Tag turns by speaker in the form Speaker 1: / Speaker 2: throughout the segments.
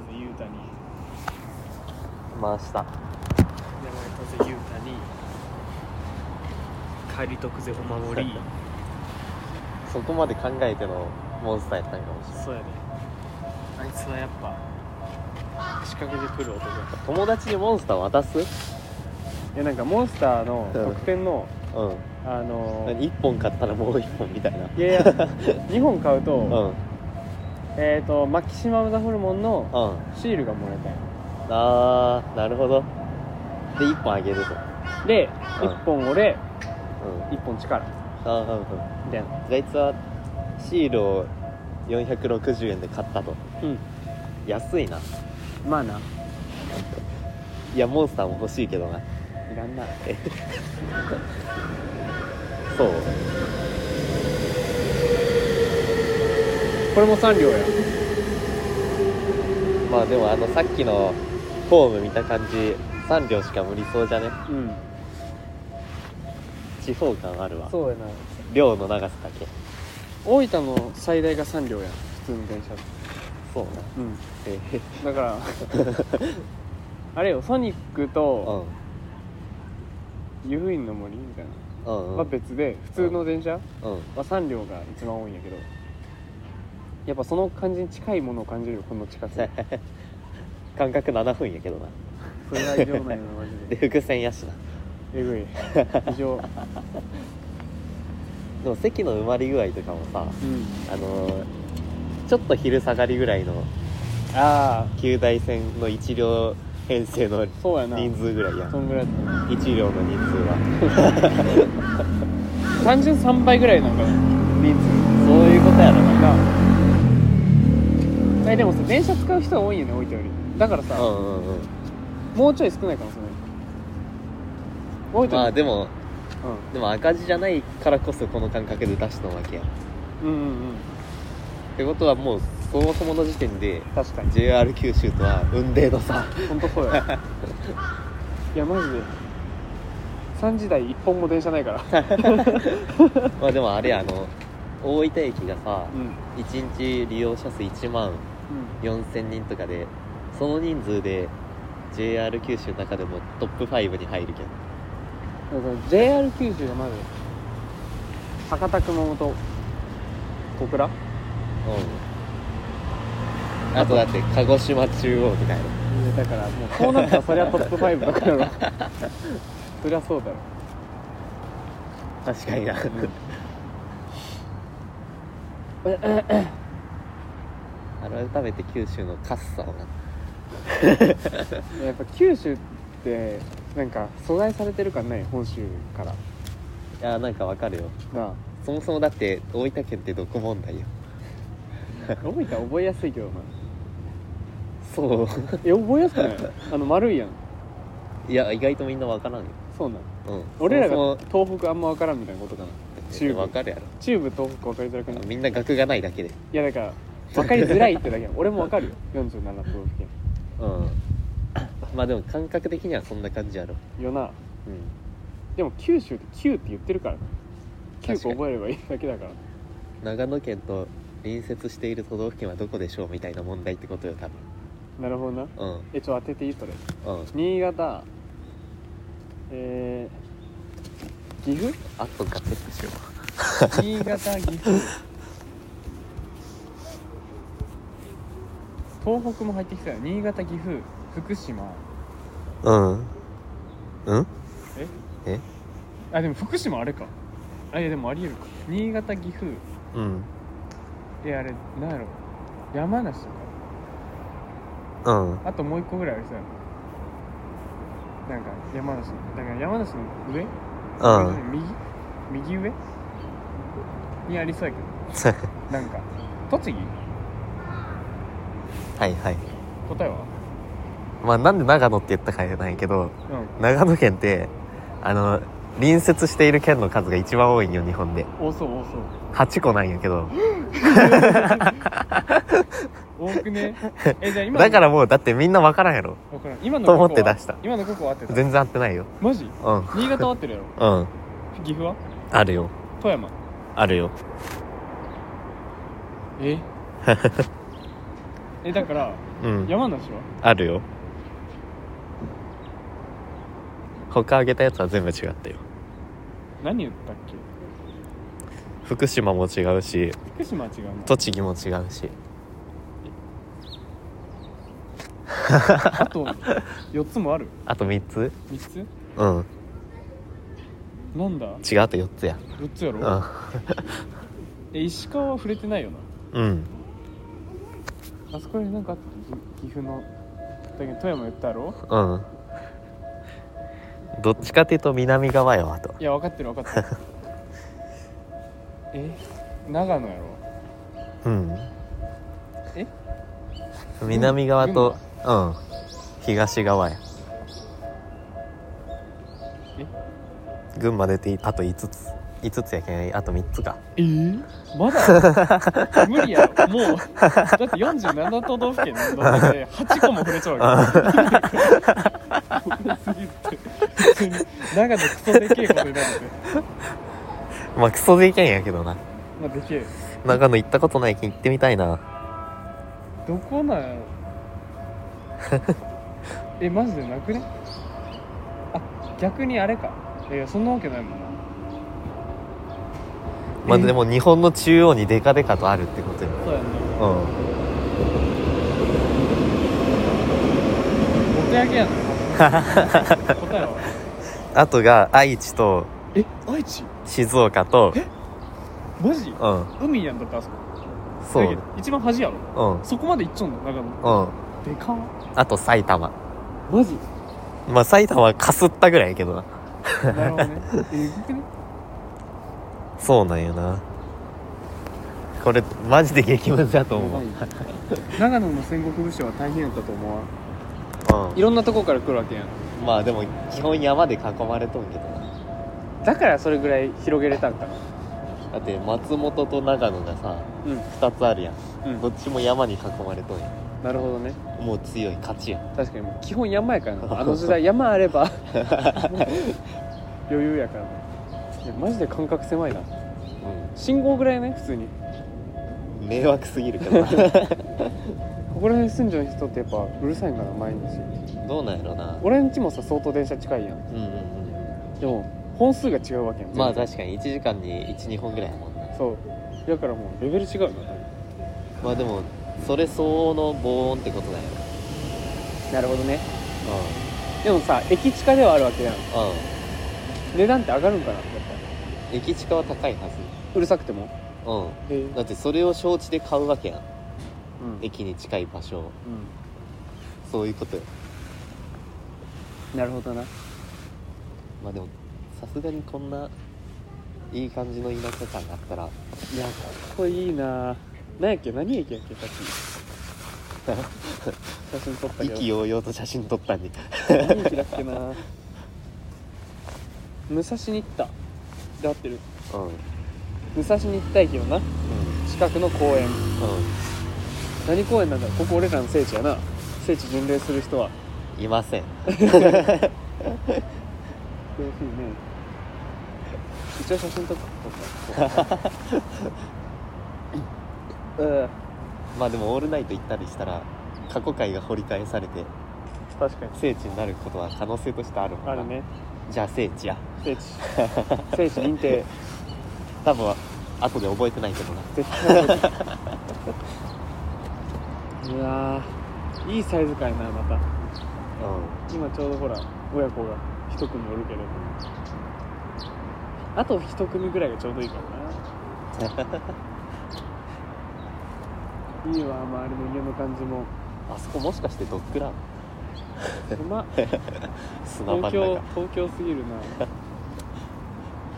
Speaker 1: 太に
Speaker 2: 回した
Speaker 1: 山風雄太に帰り得ぜお守り
Speaker 2: そこまで考えてのモンスターやったんかもしれない
Speaker 1: そうやねあいつはやっぱ仕掛けてくる男や
Speaker 2: 友達にモンスター渡す
Speaker 1: いやなんかモンスターの
Speaker 2: うん
Speaker 1: 特典の、
Speaker 2: うん
Speaker 1: あのー
Speaker 2: 何1本買ったらもう1本みたいない
Speaker 1: やいや2 本買うと、
Speaker 2: うんうん
Speaker 1: えっ、とマキシマム・ザ・ホルモンのシールがもらえたんよ
Speaker 2: あーなるほどで1本あげると
Speaker 1: で、
Speaker 2: うん
Speaker 1: 1本俺
Speaker 2: うん
Speaker 1: 1本力
Speaker 2: ああうんうん
Speaker 1: みたいな
Speaker 2: じゃあいつはシールを460円で買ったと
Speaker 1: うん
Speaker 2: 安いな
Speaker 1: まあない
Speaker 2: やモンスターも欲しいけどない
Speaker 1: らんな
Speaker 2: そう
Speaker 1: これも3両や
Speaker 2: まあでもあのさっきのフォーム見た感じ3両しか無理そうじゃね
Speaker 1: うん
Speaker 2: 地方感あるわ
Speaker 1: そうやな
Speaker 2: 量の長さだけ
Speaker 1: 大分の最大が3両や普通の電車
Speaker 2: そうな
Speaker 1: うん
Speaker 2: ええ
Speaker 1: だからあれよソニック
Speaker 2: う
Speaker 1: と
Speaker 2: ん
Speaker 1: 湯布院の森みたいな
Speaker 2: うんうん
Speaker 1: まあ別で普通の電車は
Speaker 2: うん
Speaker 1: 3両が一番多いんやけどやっぱその感じに近いものを感じるよこの近さ
Speaker 2: 間隔7分やけどな
Speaker 1: それが異常なんやなマジ
Speaker 2: で
Speaker 1: で
Speaker 2: 伏線やしな
Speaker 1: えぐい異 常
Speaker 2: でも席の埋まり具合とかもさ
Speaker 1: うん
Speaker 2: あのーちょっと昼下がりぐらいの
Speaker 1: ああ
Speaker 2: 九大線の1両編成の
Speaker 1: そうやな
Speaker 2: 人数ぐらいやん
Speaker 1: そんぐらいだったな
Speaker 2: 1両の人数は
Speaker 1: 単純3倍ぐらいなんかな人数
Speaker 2: そういうことやろな
Speaker 1: なえでもさ電車使う人が多いよね置いてよりだからさ、
Speaker 2: うんうんうん
Speaker 1: もうちょい少ないかもしれない置いて
Speaker 2: ま
Speaker 1: よ
Speaker 2: あ
Speaker 1: り
Speaker 2: でもでも赤字じゃないからこそこの感覚で出したわけやんっ
Speaker 1: うんうんうんうん
Speaker 2: てことはもうそもそもの時点で
Speaker 1: 確かに
Speaker 2: JR 九州とは雲泥の差
Speaker 1: 本当 そうやいやマジで3時台1本も電車ないから
Speaker 2: まあでもあれやあの大分駅がさ
Speaker 1: うんうん
Speaker 2: 1日利用者数1万4000人とかでその人数で JR 九州の中でもトップ5に入る
Speaker 1: だか
Speaker 2: けど
Speaker 1: ら JR 九州がまず博多熊本小倉
Speaker 2: うんあとだって鹿児島中央とかやろ
Speaker 1: いやだからもうこうなったらそりゃトップ5だから そりゃそうだろ
Speaker 2: 確かにな改めて九州のカッサをな
Speaker 1: やっぱ九州ってなんか阻害されてる感ない本州から
Speaker 2: いやなんかわかるよ
Speaker 1: な
Speaker 2: そもそもだって大分県ってどこ問題よ
Speaker 1: あ大分覚えやすいけどな
Speaker 2: そう
Speaker 1: え覚えやすくないあの丸いやん
Speaker 2: いや意外とみんなわからんよ、
Speaker 1: そうなん
Speaker 2: うん、
Speaker 1: 俺ら
Speaker 2: そも
Speaker 1: が東北あんま分からんみたいなことかな
Speaker 2: そ
Speaker 1: 中
Speaker 2: も
Speaker 1: 部
Speaker 2: わかるやろ
Speaker 1: 中部東北分かりづらくない
Speaker 2: みんな学がないだけで
Speaker 1: いやだから分かりづらいってだけやん俺も分かるよ47都道府県
Speaker 2: うん まあでも感覚的にはそんな感じやろ
Speaker 1: よな
Speaker 2: うん
Speaker 1: でも九州って九って言ってるからな九
Speaker 2: 確か
Speaker 1: 個
Speaker 2: に
Speaker 1: 覚えればいいだけだから
Speaker 2: 長野県と隣接している都道府県はどこでしょうみたいな問題ってことよ多
Speaker 1: なるほどな
Speaker 2: 分
Speaker 1: えちょ当てていいそれ
Speaker 2: うんうん
Speaker 1: 新潟えー、岐阜
Speaker 2: あとガセットしよう
Speaker 1: 新潟岐 阜東北も入ってきたよ新潟岐阜福島
Speaker 2: うんうん
Speaker 1: あでも福島あれかあいやでもありえるか新潟岐阜
Speaker 2: うん
Speaker 1: えあれなんやろ山梨とか
Speaker 2: うん
Speaker 1: あともう一個ぐらいありそうやななんか山梨だから山梨の上右右上にありそうやけどなんか栃木
Speaker 2: はいはい
Speaker 1: 答えは
Speaker 2: まあなんで長野って言ったかじゃないけど
Speaker 1: う
Speaker 2: 長野県ってあの隣接している県の数が一番多いんよ日本で
Speaker 1: ん多そう多そう
Speaker 2: 8個なんやけど
Speaker 1: 多く ねえじゃあ今の
Speaker 2: だからもうだってみんなわからんやろ
Speaker 1: わからん今の
Speaker 2: と
Speaker 1: ここ
Speaker 2: 思
Speaker 1: は
Speaker 2: って出した
Speaker 1: 今のここは合ってた
Speaker 2: 全然合ってないよ
Speaker 1: マジ
Speaker 2: うん
Speaker 1: 新潟は合ってるやろ
Speaker 2: うん
Speaker 1: 岐阜は
Speaker 2: あるよ
Speaker 1: 富山
Speaker 2: あるよ
Speaker 1: ええだから
Speaker 2: うん
Speaker 1: 山梨は
Speaker 2: あるよ他あげたやつは全部違ったよ
Speaker 1: 何言ったっけ
Speaker 2: 福島も違うし
Speaker 1: 福島は違うな
Speaker 2: 栃木も違うし
Speaker 1: あと4つもある
Speaker 2: あと3つ
Speaker 1: 3つ
Speaker 2: うん
Speaker 1: なんだ
Speaker 2: 違うあと4つや
Speaker 1: 4つやろ、
Speaker 2: う
Speaker 1: え石川は触れてないよなん
Speaker 2: うん
Speaker 1: あそこになんかあった岐岐阜のだけど富山言ったやろ
Speaker 2: うんどっちかっていうと南側よあと
Speaker 1: いや分かってる分かってるえ長野やろ
Speaker 2: うん
Speaker 1: え
Speaker 2: 南側とうん東側や群馬出てあと5つ5つやけんあと3つか
Speaker 1: えまだ無理やろもうだって47都道府県の中で8個も触れちゃうわ け多すぎて普通に長野クソでけえことになるて
Speaker 2: まあクソでけんやけどな
Speaker 1: まあでけえ
Speaker 2: 長野行ったことないけん行ってみたいな
Speaker 1: どこなんや ろえマジでなくねあ逆にあれかいやそんなわけないもんな
Speaker 2: まあ
Speaker 1: え
Speaker 2: でも日本の中央にデカデカとあるってことよ
Speaker 1: そうやんな
Speaker 2: う
Speaker 1: お手上 げやな答えは
Speaker 2: ん あとが愛知と
Speaker 1: え愛知
Speaker 2: 静岡と
Speaker 1: えマジ
Speaker 2: うん
Speaker 1: 海やんだってあそこ
Speaker 2: そう
Speaker 1: だけど一番端やろ
Speaker 2: うん
Speaker 1: そこまで行っちゃうんだ長野
Speaker 2: うん
Speaker 1: でかっ
Speaker 2: あと埼玉
Speaker 1: マジ
Speaker 2: まあ埼玉はかすったぐらいやけどな
Speaker 1: なるほどねえぐ くね
Speaker 2: そうなんよなこれマジで激ムズだと
Speaker 1: や
Speaker 2: 思
Speaker 1: ば
Speaker 2: う
Speaker 1: い長野の戦国武将は大変やったと思わん
Speaker 2: う
Speaker 1: いろんなとこから来るわけやん
Speaker 2: んまあでも基本山で囲まれとんけどな
Speaker 1: だからそれぐらい広げれたんかな
Speaker 2: だって松本と長野がさ
Speaker 1: うん
Speaker 2: 2つあるやん
Speaker 1: うん
Speaker 2: どっちも山に囲まれとんや
Speaker 1: なるほどね
Speaker 2: んもう強い勝ちやん
Speaker 1: 確かにもう基本山やからなあの時代山あれ ば余裕やからないやマジで感覚狭いな信号ぐらいね普通に
Speaker 2: うん迷惑すぎるけどな
Speaker 1: ここら辺住んじゃう人ってやっぱうるさいんかな毎日
Speaker 2: どうなんやろな
Speaker 1: 俺ん家もさ相当電車近いやん
Speaker 2: うんうんうん
Speaker 1: でも本数が違うわけやん
Speaker 2: まあ
Speaker 1: 全
Speaker 2: 確かに1時間に12本ぐらいやもんな
Speaker 1: 然そうだからもうレベル違うよな多分
Speaker 2: まあでもそれ相応の防音ってことだよね
Speaker 1: なるほどねでもさ駅近ではあるわけやん
Speaker 2: うんうん
Speaker 1: 値段って上がるんかなやっ
Speaker 2: 駅近は高いはず
Speaker 1: ぱうるさくても
Speaker 2: う
Speaker 1: へえうん
Speaker 2: んだってそれを承知で買うわけやん駅に近い場所をそういうことよ
Speaker 1: うんなるほどな
Speaker 2: まあでもさすがにこんないい感じの田舎感があったら
Speaker 1: いやここいいな何やっけ何駅やっけ写真写真撮ったけど
Speaker 2: 意気揚々と写真撮ったんに
Speaker 1: 何駅だっけな武蔵に行ったで合ってる
Speaker 2: うんうんうん
Speaker 1: 武蔵に行った駅のな近くの公園何公園なんだここ俺らの聖地やな聖地巡礼する人はい
Speaker 2: ません
Speaker 1: 悔しいね一応写真撮っとくうん
Speaker 2: まあでもオールナイト行ったりしたら過去回が掘り返されて
Speaker 1: 確かに
Speaker 2: 聖地になることは可能性としてあるもんな
Speaker 1: あるね
Speaker 2: じゃあ聖地や
Speaker 1: 聖地聖地認定
Speaker 2: 多分後で覚えてないけ どな
Speaker 1: 絶対覚えてるうわーいいサイズ感やなまた
Speaker 2: う
Speaker 1: 今ちょうどほら親子が一組おるけどあと一組ぐらいがちょうどいいからないいわ周りの家の感じも
Speaker 2: んあそこもしかしてドッグラン
Speaker 1: 狭っ
Speaker 2: 砂場
Speaker 1: 東
Speaker 2: の
Speaker 1: 京
Speaker 2: 中
Speaker 1: 東京すぎるな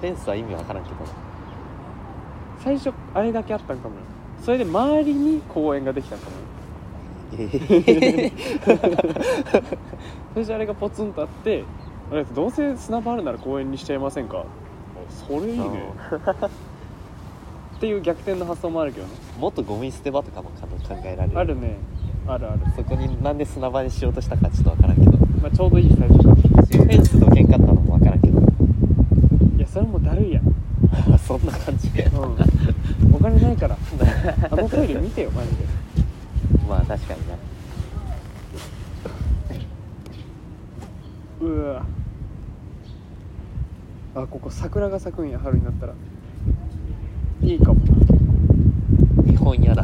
Speaker 2: フェンスは意味わからんけどな
Speaker 1: 最初あれだけあったんかもよそれで周りに公園ができたんかもよ
Speaker 2: えー
Speaker 1: それじゃあれがポツンとあってあれどうせ砂場あるなら公園にしちゃいませんかあそれいいねっていう逆転の発想もあるけどね
Speaker 2: もっとゴミ捨て場とかも考えられる
Speaker 1: あるねあるある、
Speaker 2: そこになんで砂場にしようとしたかちょっとわからんけど
Speaker 1: まあ、ちょうどいいサイズ感
Speaker 2: フェンスと喧嘩ったのもわからんけど
Speaker 1: いやそれもだるいやん、う
Speaker 2: そんな感じで
Speaker 1: ん、お金ないからあのトイレ見てよマジで
Speaker 2: まあ確かにな
Speaker 1: うわあここ桜が咲くんや春になったらいいかもな
Speaker 2: 日本や な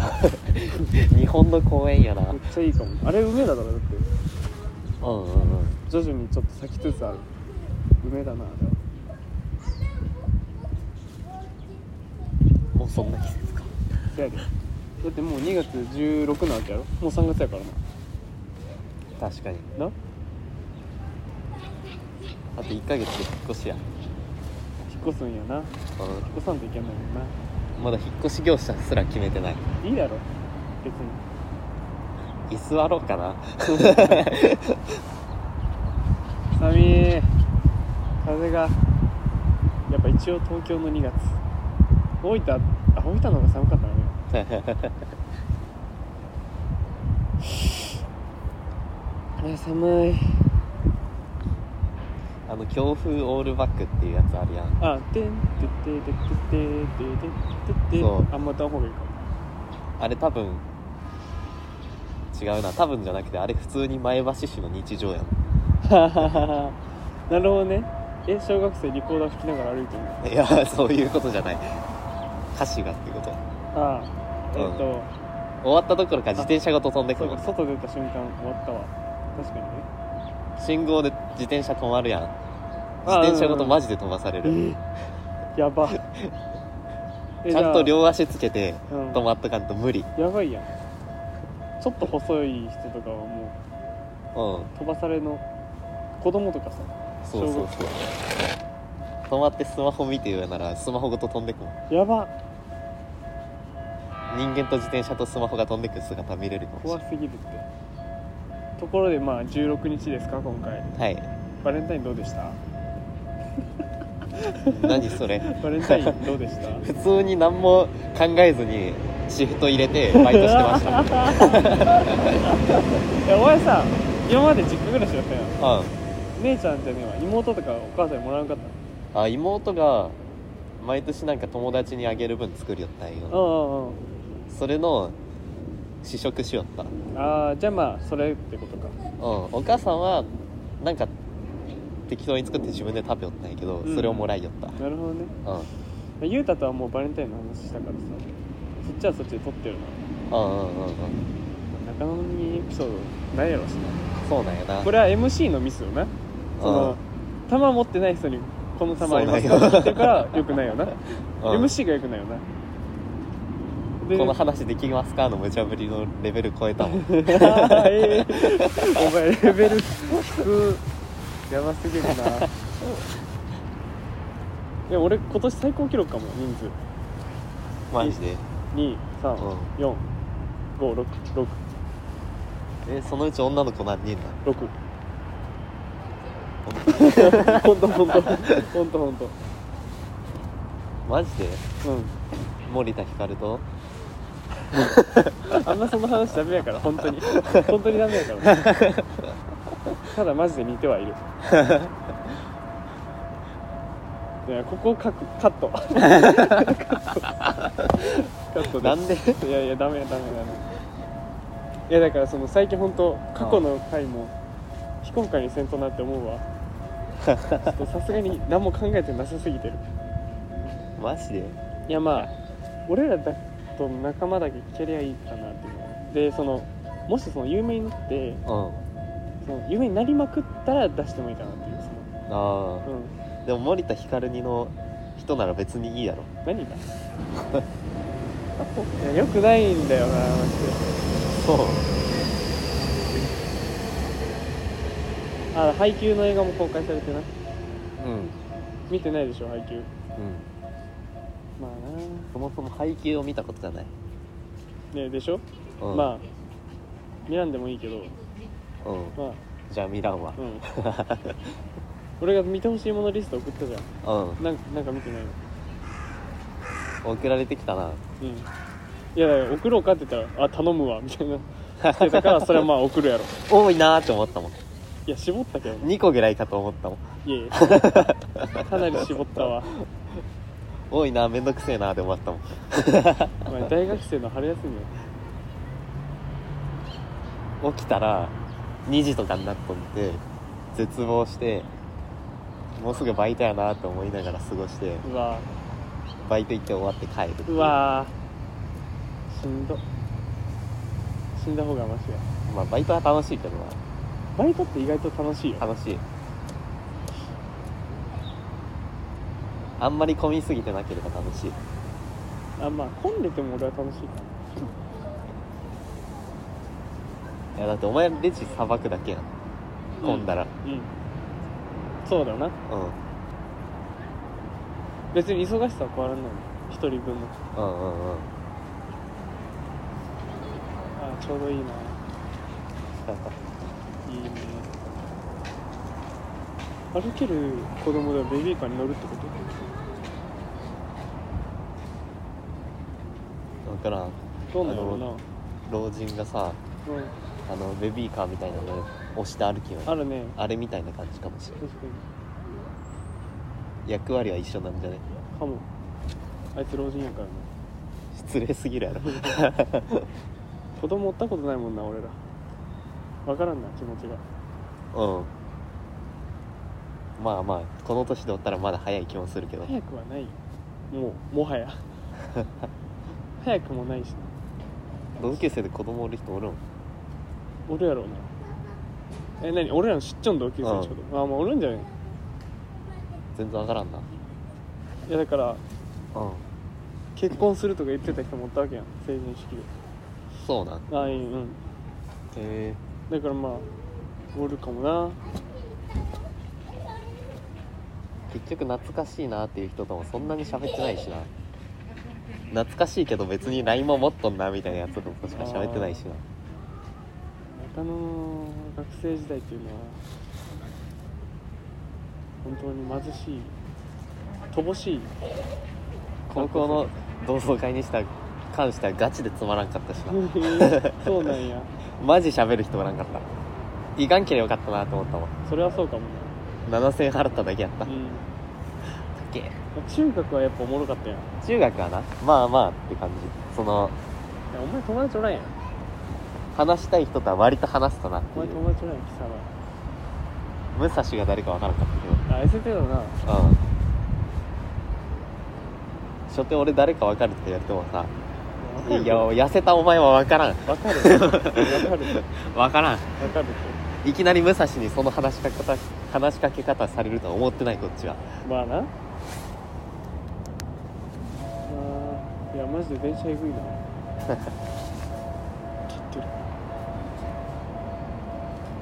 Speaker 2: 日本の公園やなう
Speaker 1: めっ
Speaker 2: ん
Speaker 1: ちゃいいかもあれ梅田だからだって
Speaker 2: うんうん
Speaker 1: 徐々にちょっと咲きつつある梅だなあれは
Speaker 2: もうそんな季節か
Speaker 1: せやでだってもう2月16なわけやろもう3月やからな
Speaker 2: 確かに
Speaker 1: な
Speaker 2: あと1ヶ月で引っ越しや、
Speaker 1: 引っ越すんやな引っ越さんといけないもんな
Speaker 2: うん、まだ引っ越し業者すら決めて ない
Speaker 1: いいだろ別に
Speaker 2: 居座ろうか な
Speaker 1: 寒い風がやっぱ一応東京の2月大分あ大分の方が寒かったね あれ寒い
Speaker 2: あの強風オールバックっていうやつあるやん
Speaker 1: あてんてっててってててててて
Speaker 2: そう
Speaker 1: あんま歌う方がいいかも
Speaker 2: あれ多分違うな多分じゃなくてあれ普通に前橋市の日常やもん
Speaker 1: ははははなるほどねえ小学生リコーダー吹きながら歩いてるの
Speaker 2: いやそういうことじゃない歌詞がってこと
Speaker 1: ああえっ、と、
Speaker 2: 終わったどころか自転車ごと飛んでく
Speaker 1: そう
Speaker 2: るも
Speaker 1: か
Speaker 2: ん
Speaker 1: 外出た瞬間終わったわ確かにね
Speaker 2: 信号で自転車止まるやん
Speaker 1: あ
Speaker 2: 自転車ごとマジで飛ばされる
Speaker 1: や ばえ
Speaker 2: ちゃんと
Speaker 1: じ
Speaker 2: 両足つけて
Speaker 1: ゃあうん
Speaker 2: 止まっとかんと無理
Speaker 1: やばいやんちょっと細い人とかはも
Speaker 2: うん
Speaker 1: う飛ばされの子供とかさ
Speaker 2: そうそうそう止まってスマホ見てるならスマホごと飛んでくもん
Speaker 1: やば
Speaker 2: 人間と自転車とスマホが飛んでく姿見れるかもしれ
Speaker 1: 怖すぎるってところでまあ16日ですか今回
Speaker 2: ないはい
Speaker 1: バレンタインどうでした
Speaker 2: 何それ
Speaker 1: バレンタインどうで した
Speaker 2: 普通に何も考えずにシフト入れ てバイトしてまし
Speaker 1: い
Speaker 2: た
Speaker 1: やお前さ今まで実家暮らしだったやん
Speaker 2: うん
Speaker 1: 姉ちゃんじゃねえわ妹とかお母さんにもらわんかった
Speaker 2: あ妹が毎年なんか友達にあげる分作りよったんよ
Speaker 1: うんうんうん
Speaker 2: それの試食しよったうん
Speaker 1: ああじゃあまあそれってことか
Speaker 2: お母さんはなんか適当に作って自分で食べよったんやけど、
Speaker 1: うん
Speaker 2: それをもらいよったう
Speaker 1: なるほどね
Speaker 2: ん
Speaker 1: ゆうたとはもうバレンタインの話したからさそっちはそっちで撮ってるな
Speaker 2: うんうんうんうん
Speaker 1: 中野にエピソードないやろしな
Speaker 2: そうなんやな
Speaker 1: これは MC のミスよなその弾持ってない人にこの弾ありますよ
Speaker 2: そうなんよ
Speaker 1: ってからよくないよな
Speaker 2: うん
Speaker 1: MC がよくないよなで
Speaker 2: この話できますかの無茶ぶりのレベル超えたもん
Speaker 1: えーお前レベル低いやばすぎるないや俺今年最高記録かも人数
Speaker 2: マジで
Speaker 1: 2 3
Speaker 2: うん
Speaker 1: 4 5 6 6
Speaker 2: えそのうち女の子何人なの
Speaker 1: 六。本当本当本当本
Speaker 2: マジで
Speaker 1: 当。うん。
Speaker 2: 森田ひかると
Speaker 1: あんまその話ダメやから本当 に本当にダメやから。ただマジで似てはいる。いやここカクカット。カット。カット
Speaker 2: なんで
Speaker 1: すいやいやダメダメダメ。いやだからその最近本当過去の回も非公開にせんとなって思う わ。ちょっとさすがに何も考えてなさすぎてる。
Speaker 2: マジで
Speaker 1: いやまあ俺らだと仲間だけ聞けりゃいいかなっていうのでそのもしその有名になって
Speaker 2: うん
Speaker 1: その有名になりまくったら出してもいいかなっていうそ
Speaker 2: あ
Speaker 1: の、うん、
Speaker 2: あでも森田ひかるにの人なら別にいいやろ
Speaker 1: 何 がいやよくないんだよなマジで
Speaker 2: そう
Speaker 1: あ配給の映画も公開されてな
Speaker 2: うん
Speaker 1: 見てないでしょ配給
Speaker 2: うん
Speaker 1: まあ
Speaker 2: そもそも背景を見たことがない、
Speaker 1: なねでしょ、
Speaker 2: うん、
Speaker 1: まあ見らんでもいいけど
Speaker 2: あうん
Speaker 1: まあ
Speaker 2: じゃあ見らんわ
Speaker 1: うん 俺が見てほしいものリスト送ったじゃ
Speaker 2: うん
Speaker 1: んなんかなんか見てないの
Speaker 2: 送られてきたな
Speaker 1: うん、いやだから送ろうかって言ったら「あ頼むわ」みたいな来てたからそれはまあ送るやろ
Speaker 2: 多いなーって思ったもん
Speaker 1: いや絞ったけどね
Speaker 2: 2個ぐらいかと思ったもん
Speaker 1: いや いやかなり絞ったわ、
Speaker 2: 多いなーめんどくせえなーで終わったもん
Speaker 1: まあ、大学生の春休みよ
Speaker 2: 起きたら2時とかになっとって絶望してもうすぐバイトやなと思いながら過ごして
Speaker 1: うわ
Speaker 2: バイト行って終わって帰るっていう
Speaker 1: わしんど死んだ方がマシや
Speaker 2: まあバイトは楽しいけどな
Speaker 1: バイトって意外と楽しいよ
Speaker 2: 楽しいあんまり混みすぎてなければ楽しい
Speaker 1: あまあ混んでても俺は楽しいか
Speaker 2: いやだってお前レジさばくだけやん
Speaker 1: ら
Speaker 2: 混んだら
Speaker 1: うん、うんそうだよな
Speaker 2: うん
Speaker 1: 別に忙しさは変わらないの一人分の
Speaker 2: うんうんうん
Speaker 1: あちょうどいいな
Speaker 2: なんか
Speaker 1: いいね歩ける子供ではベビーカーに乗るってこと
Speaker 2: わからん
Speaker 1: どうなんだろうな
Speaker 2: あ老人がさ
Speaker 1: うん
Speaker 2: あのベビーカーみたいなのを押して歩きよ
Speaker 1: あるね
Speaker 2: あれみたいな感じかもしれな
Speaker 1: 確か
Speaker 2: い役割は一緒なんじゃね
Speaker 1: にかもあいつ老人やからね
Speaker 2: 失礼すぎるやろ
Speaker 1: 子供おったことないもんな俺ら分からんな気持ちが
Speaker 2: うんまあまあこの年でおったらまだ早い気もするけど
Speaker 1: 早くはないよもうもは や早くもないしな
Speaker 2: 同級生で子供おる人おるもん
Speaker 1: 俺やろうなえ何俺らの知っちょん同級生ちょうどあまあおるんじゃない
Speaker 2: 全然わからんない
Speaker 1: やだから
Speaker 2: うん
Speaker 1: 結婚するとか言ってた人もおったわけやん成人式で
Speaker 2: そうなんへ
Speaker 1: ああいいうん
Speaker 2: え
Speaker 1: だからまあおるかもな
Speaker 2: 結局懐かしいなっていう人ともそんなに喋ってないしな懐かしいけど別に LINE も持っとんなみたいなやつとしか喋ってないしな
Speaker 1: 中野の学生時代っていうのは本当に貧しい乏し い
Speaker 2: 高校の同窓会にした関してはガチでつまらんかったしな
Speaker 1: そうなんや
Speaker 2: マジ喋る人おらんかったいかんけりゃよかったなと思ったもん
Speaker 1: それはそうかも
Speaker 2: 7000円払っただけやった
Speaker 1: な、うん、
Speaker 2: け
Speaker 1: 中学はやっぱおもろかったやんい
Speaker 2: 中学はなまあまあって感じその
Speaker 1: やお前友達おらんやん
Speaker 2: 話したい人とは割と話すかなっ
Speaker 1: お
Speaker 2: てい
Speaker 1: 前
Speaker 2: う
Speaker 1: 友達おらんやん
Speaker 2: 武蔵が誰かわからんかったけど
Speaker 1: 貴様あ ST だな
Speaker 2: うん初手俺誰か分かるって言われてもさ「いや痩せたお前は分からん
Speaker 1: わかるわかるわかるわかる
Speaker 2: 分からん」
Speaker 1: って
Speaker 2: いきなり武蔵にその話しかけ方話しかけ方されるとは思ってないこっちは
Speaker 1: まあなあーいやマジで電車えぐいな切ってる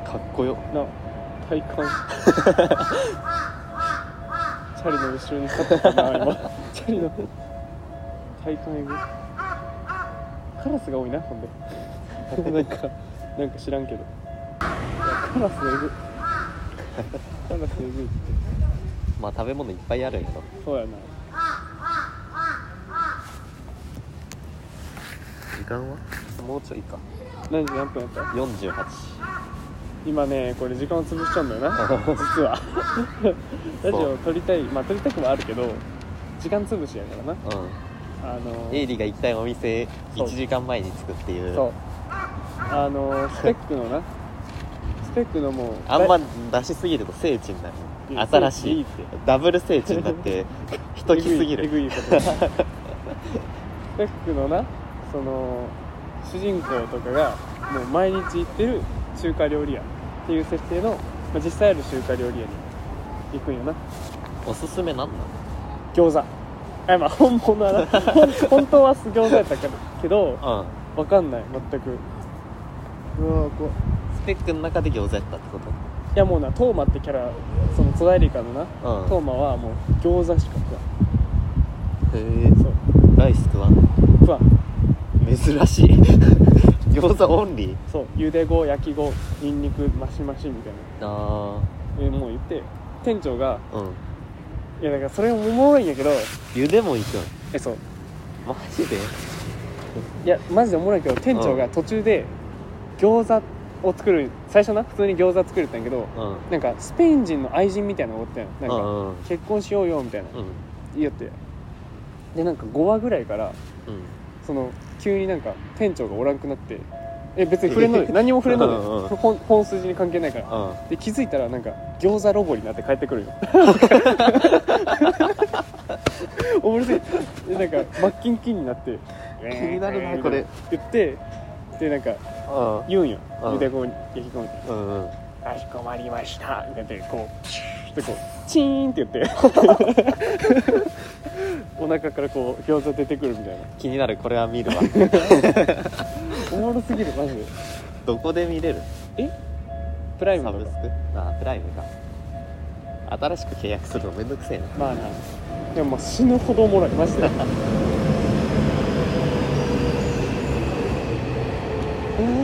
Speaker 2: かっこよ
Speaker 1: な体幹チャリの後ろに立ってたな今チャリの体幹えぐカラスが多いなほんでなんかなんか知らんけどいやカラスえぐカラスえぐいって
Speaker 2: まあ食べ物いっぱいあるんやろ
Speaker 1: そうやな
Speaker 2: 時間はもうちょいか
Speaker 1: 何時何分やった
Speaker 2: 48
Speaker 1: 今ねこれ時間を潰しちゃうんだ よな実はラジオ撮りたいまあ撮りたくもあるけど時間潰しやからな
Speaker 2: うん
Speaker 1: あの
Speaker 2: エイリが行きたいお店
Speaker 1: そう
Speaker 2: 1時間前に着くっていう
Speaker 1: そうあのスペックのなスペックのもう
Speaker 2: あんま
Speaker 1: だ
Speaker 2: 出しすぎると聖地になる
Speaker 1: いや聖
Speaker 2: 新
Speaker 1: 地い
Speaker 2: し
Speaker 1: いっ
Speaker 2: い
Speaker 1: て
Speaker 2: ダブル聖地になって 人きすぎ
Speaker 1: え
Speaker 2: る
Speaker 1: ぐいえぐい ことスペックのなその主人公とかがもう毎日行ってる中華料理屋っていう設定の、まあ、実際ある中華料理屋に行くんよな
Speaker 2: おすすめなんなの
Speaker 1: 餃子あまあ本物はな 本当は餃子やったけどけど
Speaker 2: うん
Speaker 1: わかんない全くうわこう
Speaker 2: スペックの中で餃子やったってこ
Speaker 1: いやもうなトーマってキャラその戸田恵梨香のな、
Speaker 2: うん
Speaker 1: トーマはもう餃子しか食わん
Speaker 2: とへえ
Speaker 1: そう
Speaker 2: ライス食わん
Speaker 1: 食わん
Speaker 2: 珍しい 餃子オンリー
Speaker 1: そう茹で後焼き後ニンニクマシマシみたい
Speaker 2: あ
Speaker 1: なえもう言って店長が
Speaker 2: あうん
Speaker 1: いやだからそれもおもろいんやけど
Speaker 2: 茹でも行くん
Speaker 1: えそう
Speaker 2: マジで
Speaker 1: いやマジでおもろいけど店長が途中で餃子を作る最初な普通に餃子作るってんやけど
Speaker 2: うん
Speaker 1: なんかスペイン人の愛人みたいなのおったよなん
Speaker 2: う
Speaker 1: か
Speaker 2: んうん
Speaker 1: 結婚しようよみたいな
Speaker 2: うん
Speaker 1: 言いよってでなんか5話ぐらいから
Speaker 2: うん
Speaker 1: その急になんか店長がおらんくなってえ別に触れんの よ何も触れんの
Speaker 2: うんうん
Speaker 1: よ本本筋に関係ないから
Speaker 2: うん
Speaker 1: で気づいたらなんか餃子ロボになって帰ってくる よおもろすぎてでなんかマッキンキンになって気
Speaker 2: になるなこれ
Speaker 1: 言ってでなんか
Speaker 2: う
Speaker 1: 言うんよ
Speaker 2: うん
Speaker 1: みたいなこう焼き込みたい
Speaker 2: んうんうん
Speaker 1: な「かしこまりました」みたいなでこうシューってこうチーンって 言ってお腹からこう餃子出てくるみたいな
Speaker 2: 気になるこれは見る わ
Speaker 1: おもろすぎるマジで
Speaker 2: どこで見れる
Speaker 1: プライム
Speaker 2: サ
Speaker 1: と
Speaker 2: ブ
Speaker 1: か
Speaker 2: スクあプライムか新しく契約するのめんどくせえな
Speaker 1: まあなでももう死ぬほどおもろいマ ジであー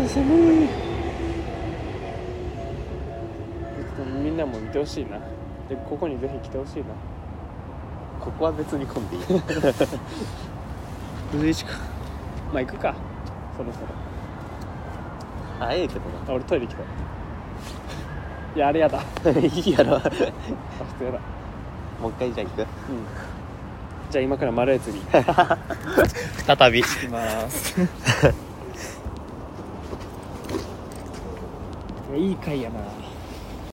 Speaker 1: 寒いちょっとみんなも見てほしいなでここにぜひ来てほしいな
Speaker 2: ここは別に混んでい い
Speaker 1: 無事かまあ行くかそろそろ
Speaker 2: あええけど
Speaker 1: あ俺トイレ来た いやあれやだ あ
Speaker 2: な いいやろ
Speaker 1: 普通やだ
Speaker 2: もう一回じゃあ行
Speaker 1: うんじゃあ今から丸やつに行
Speaker 2: く再び
Speaker 1: きますいやいい回やな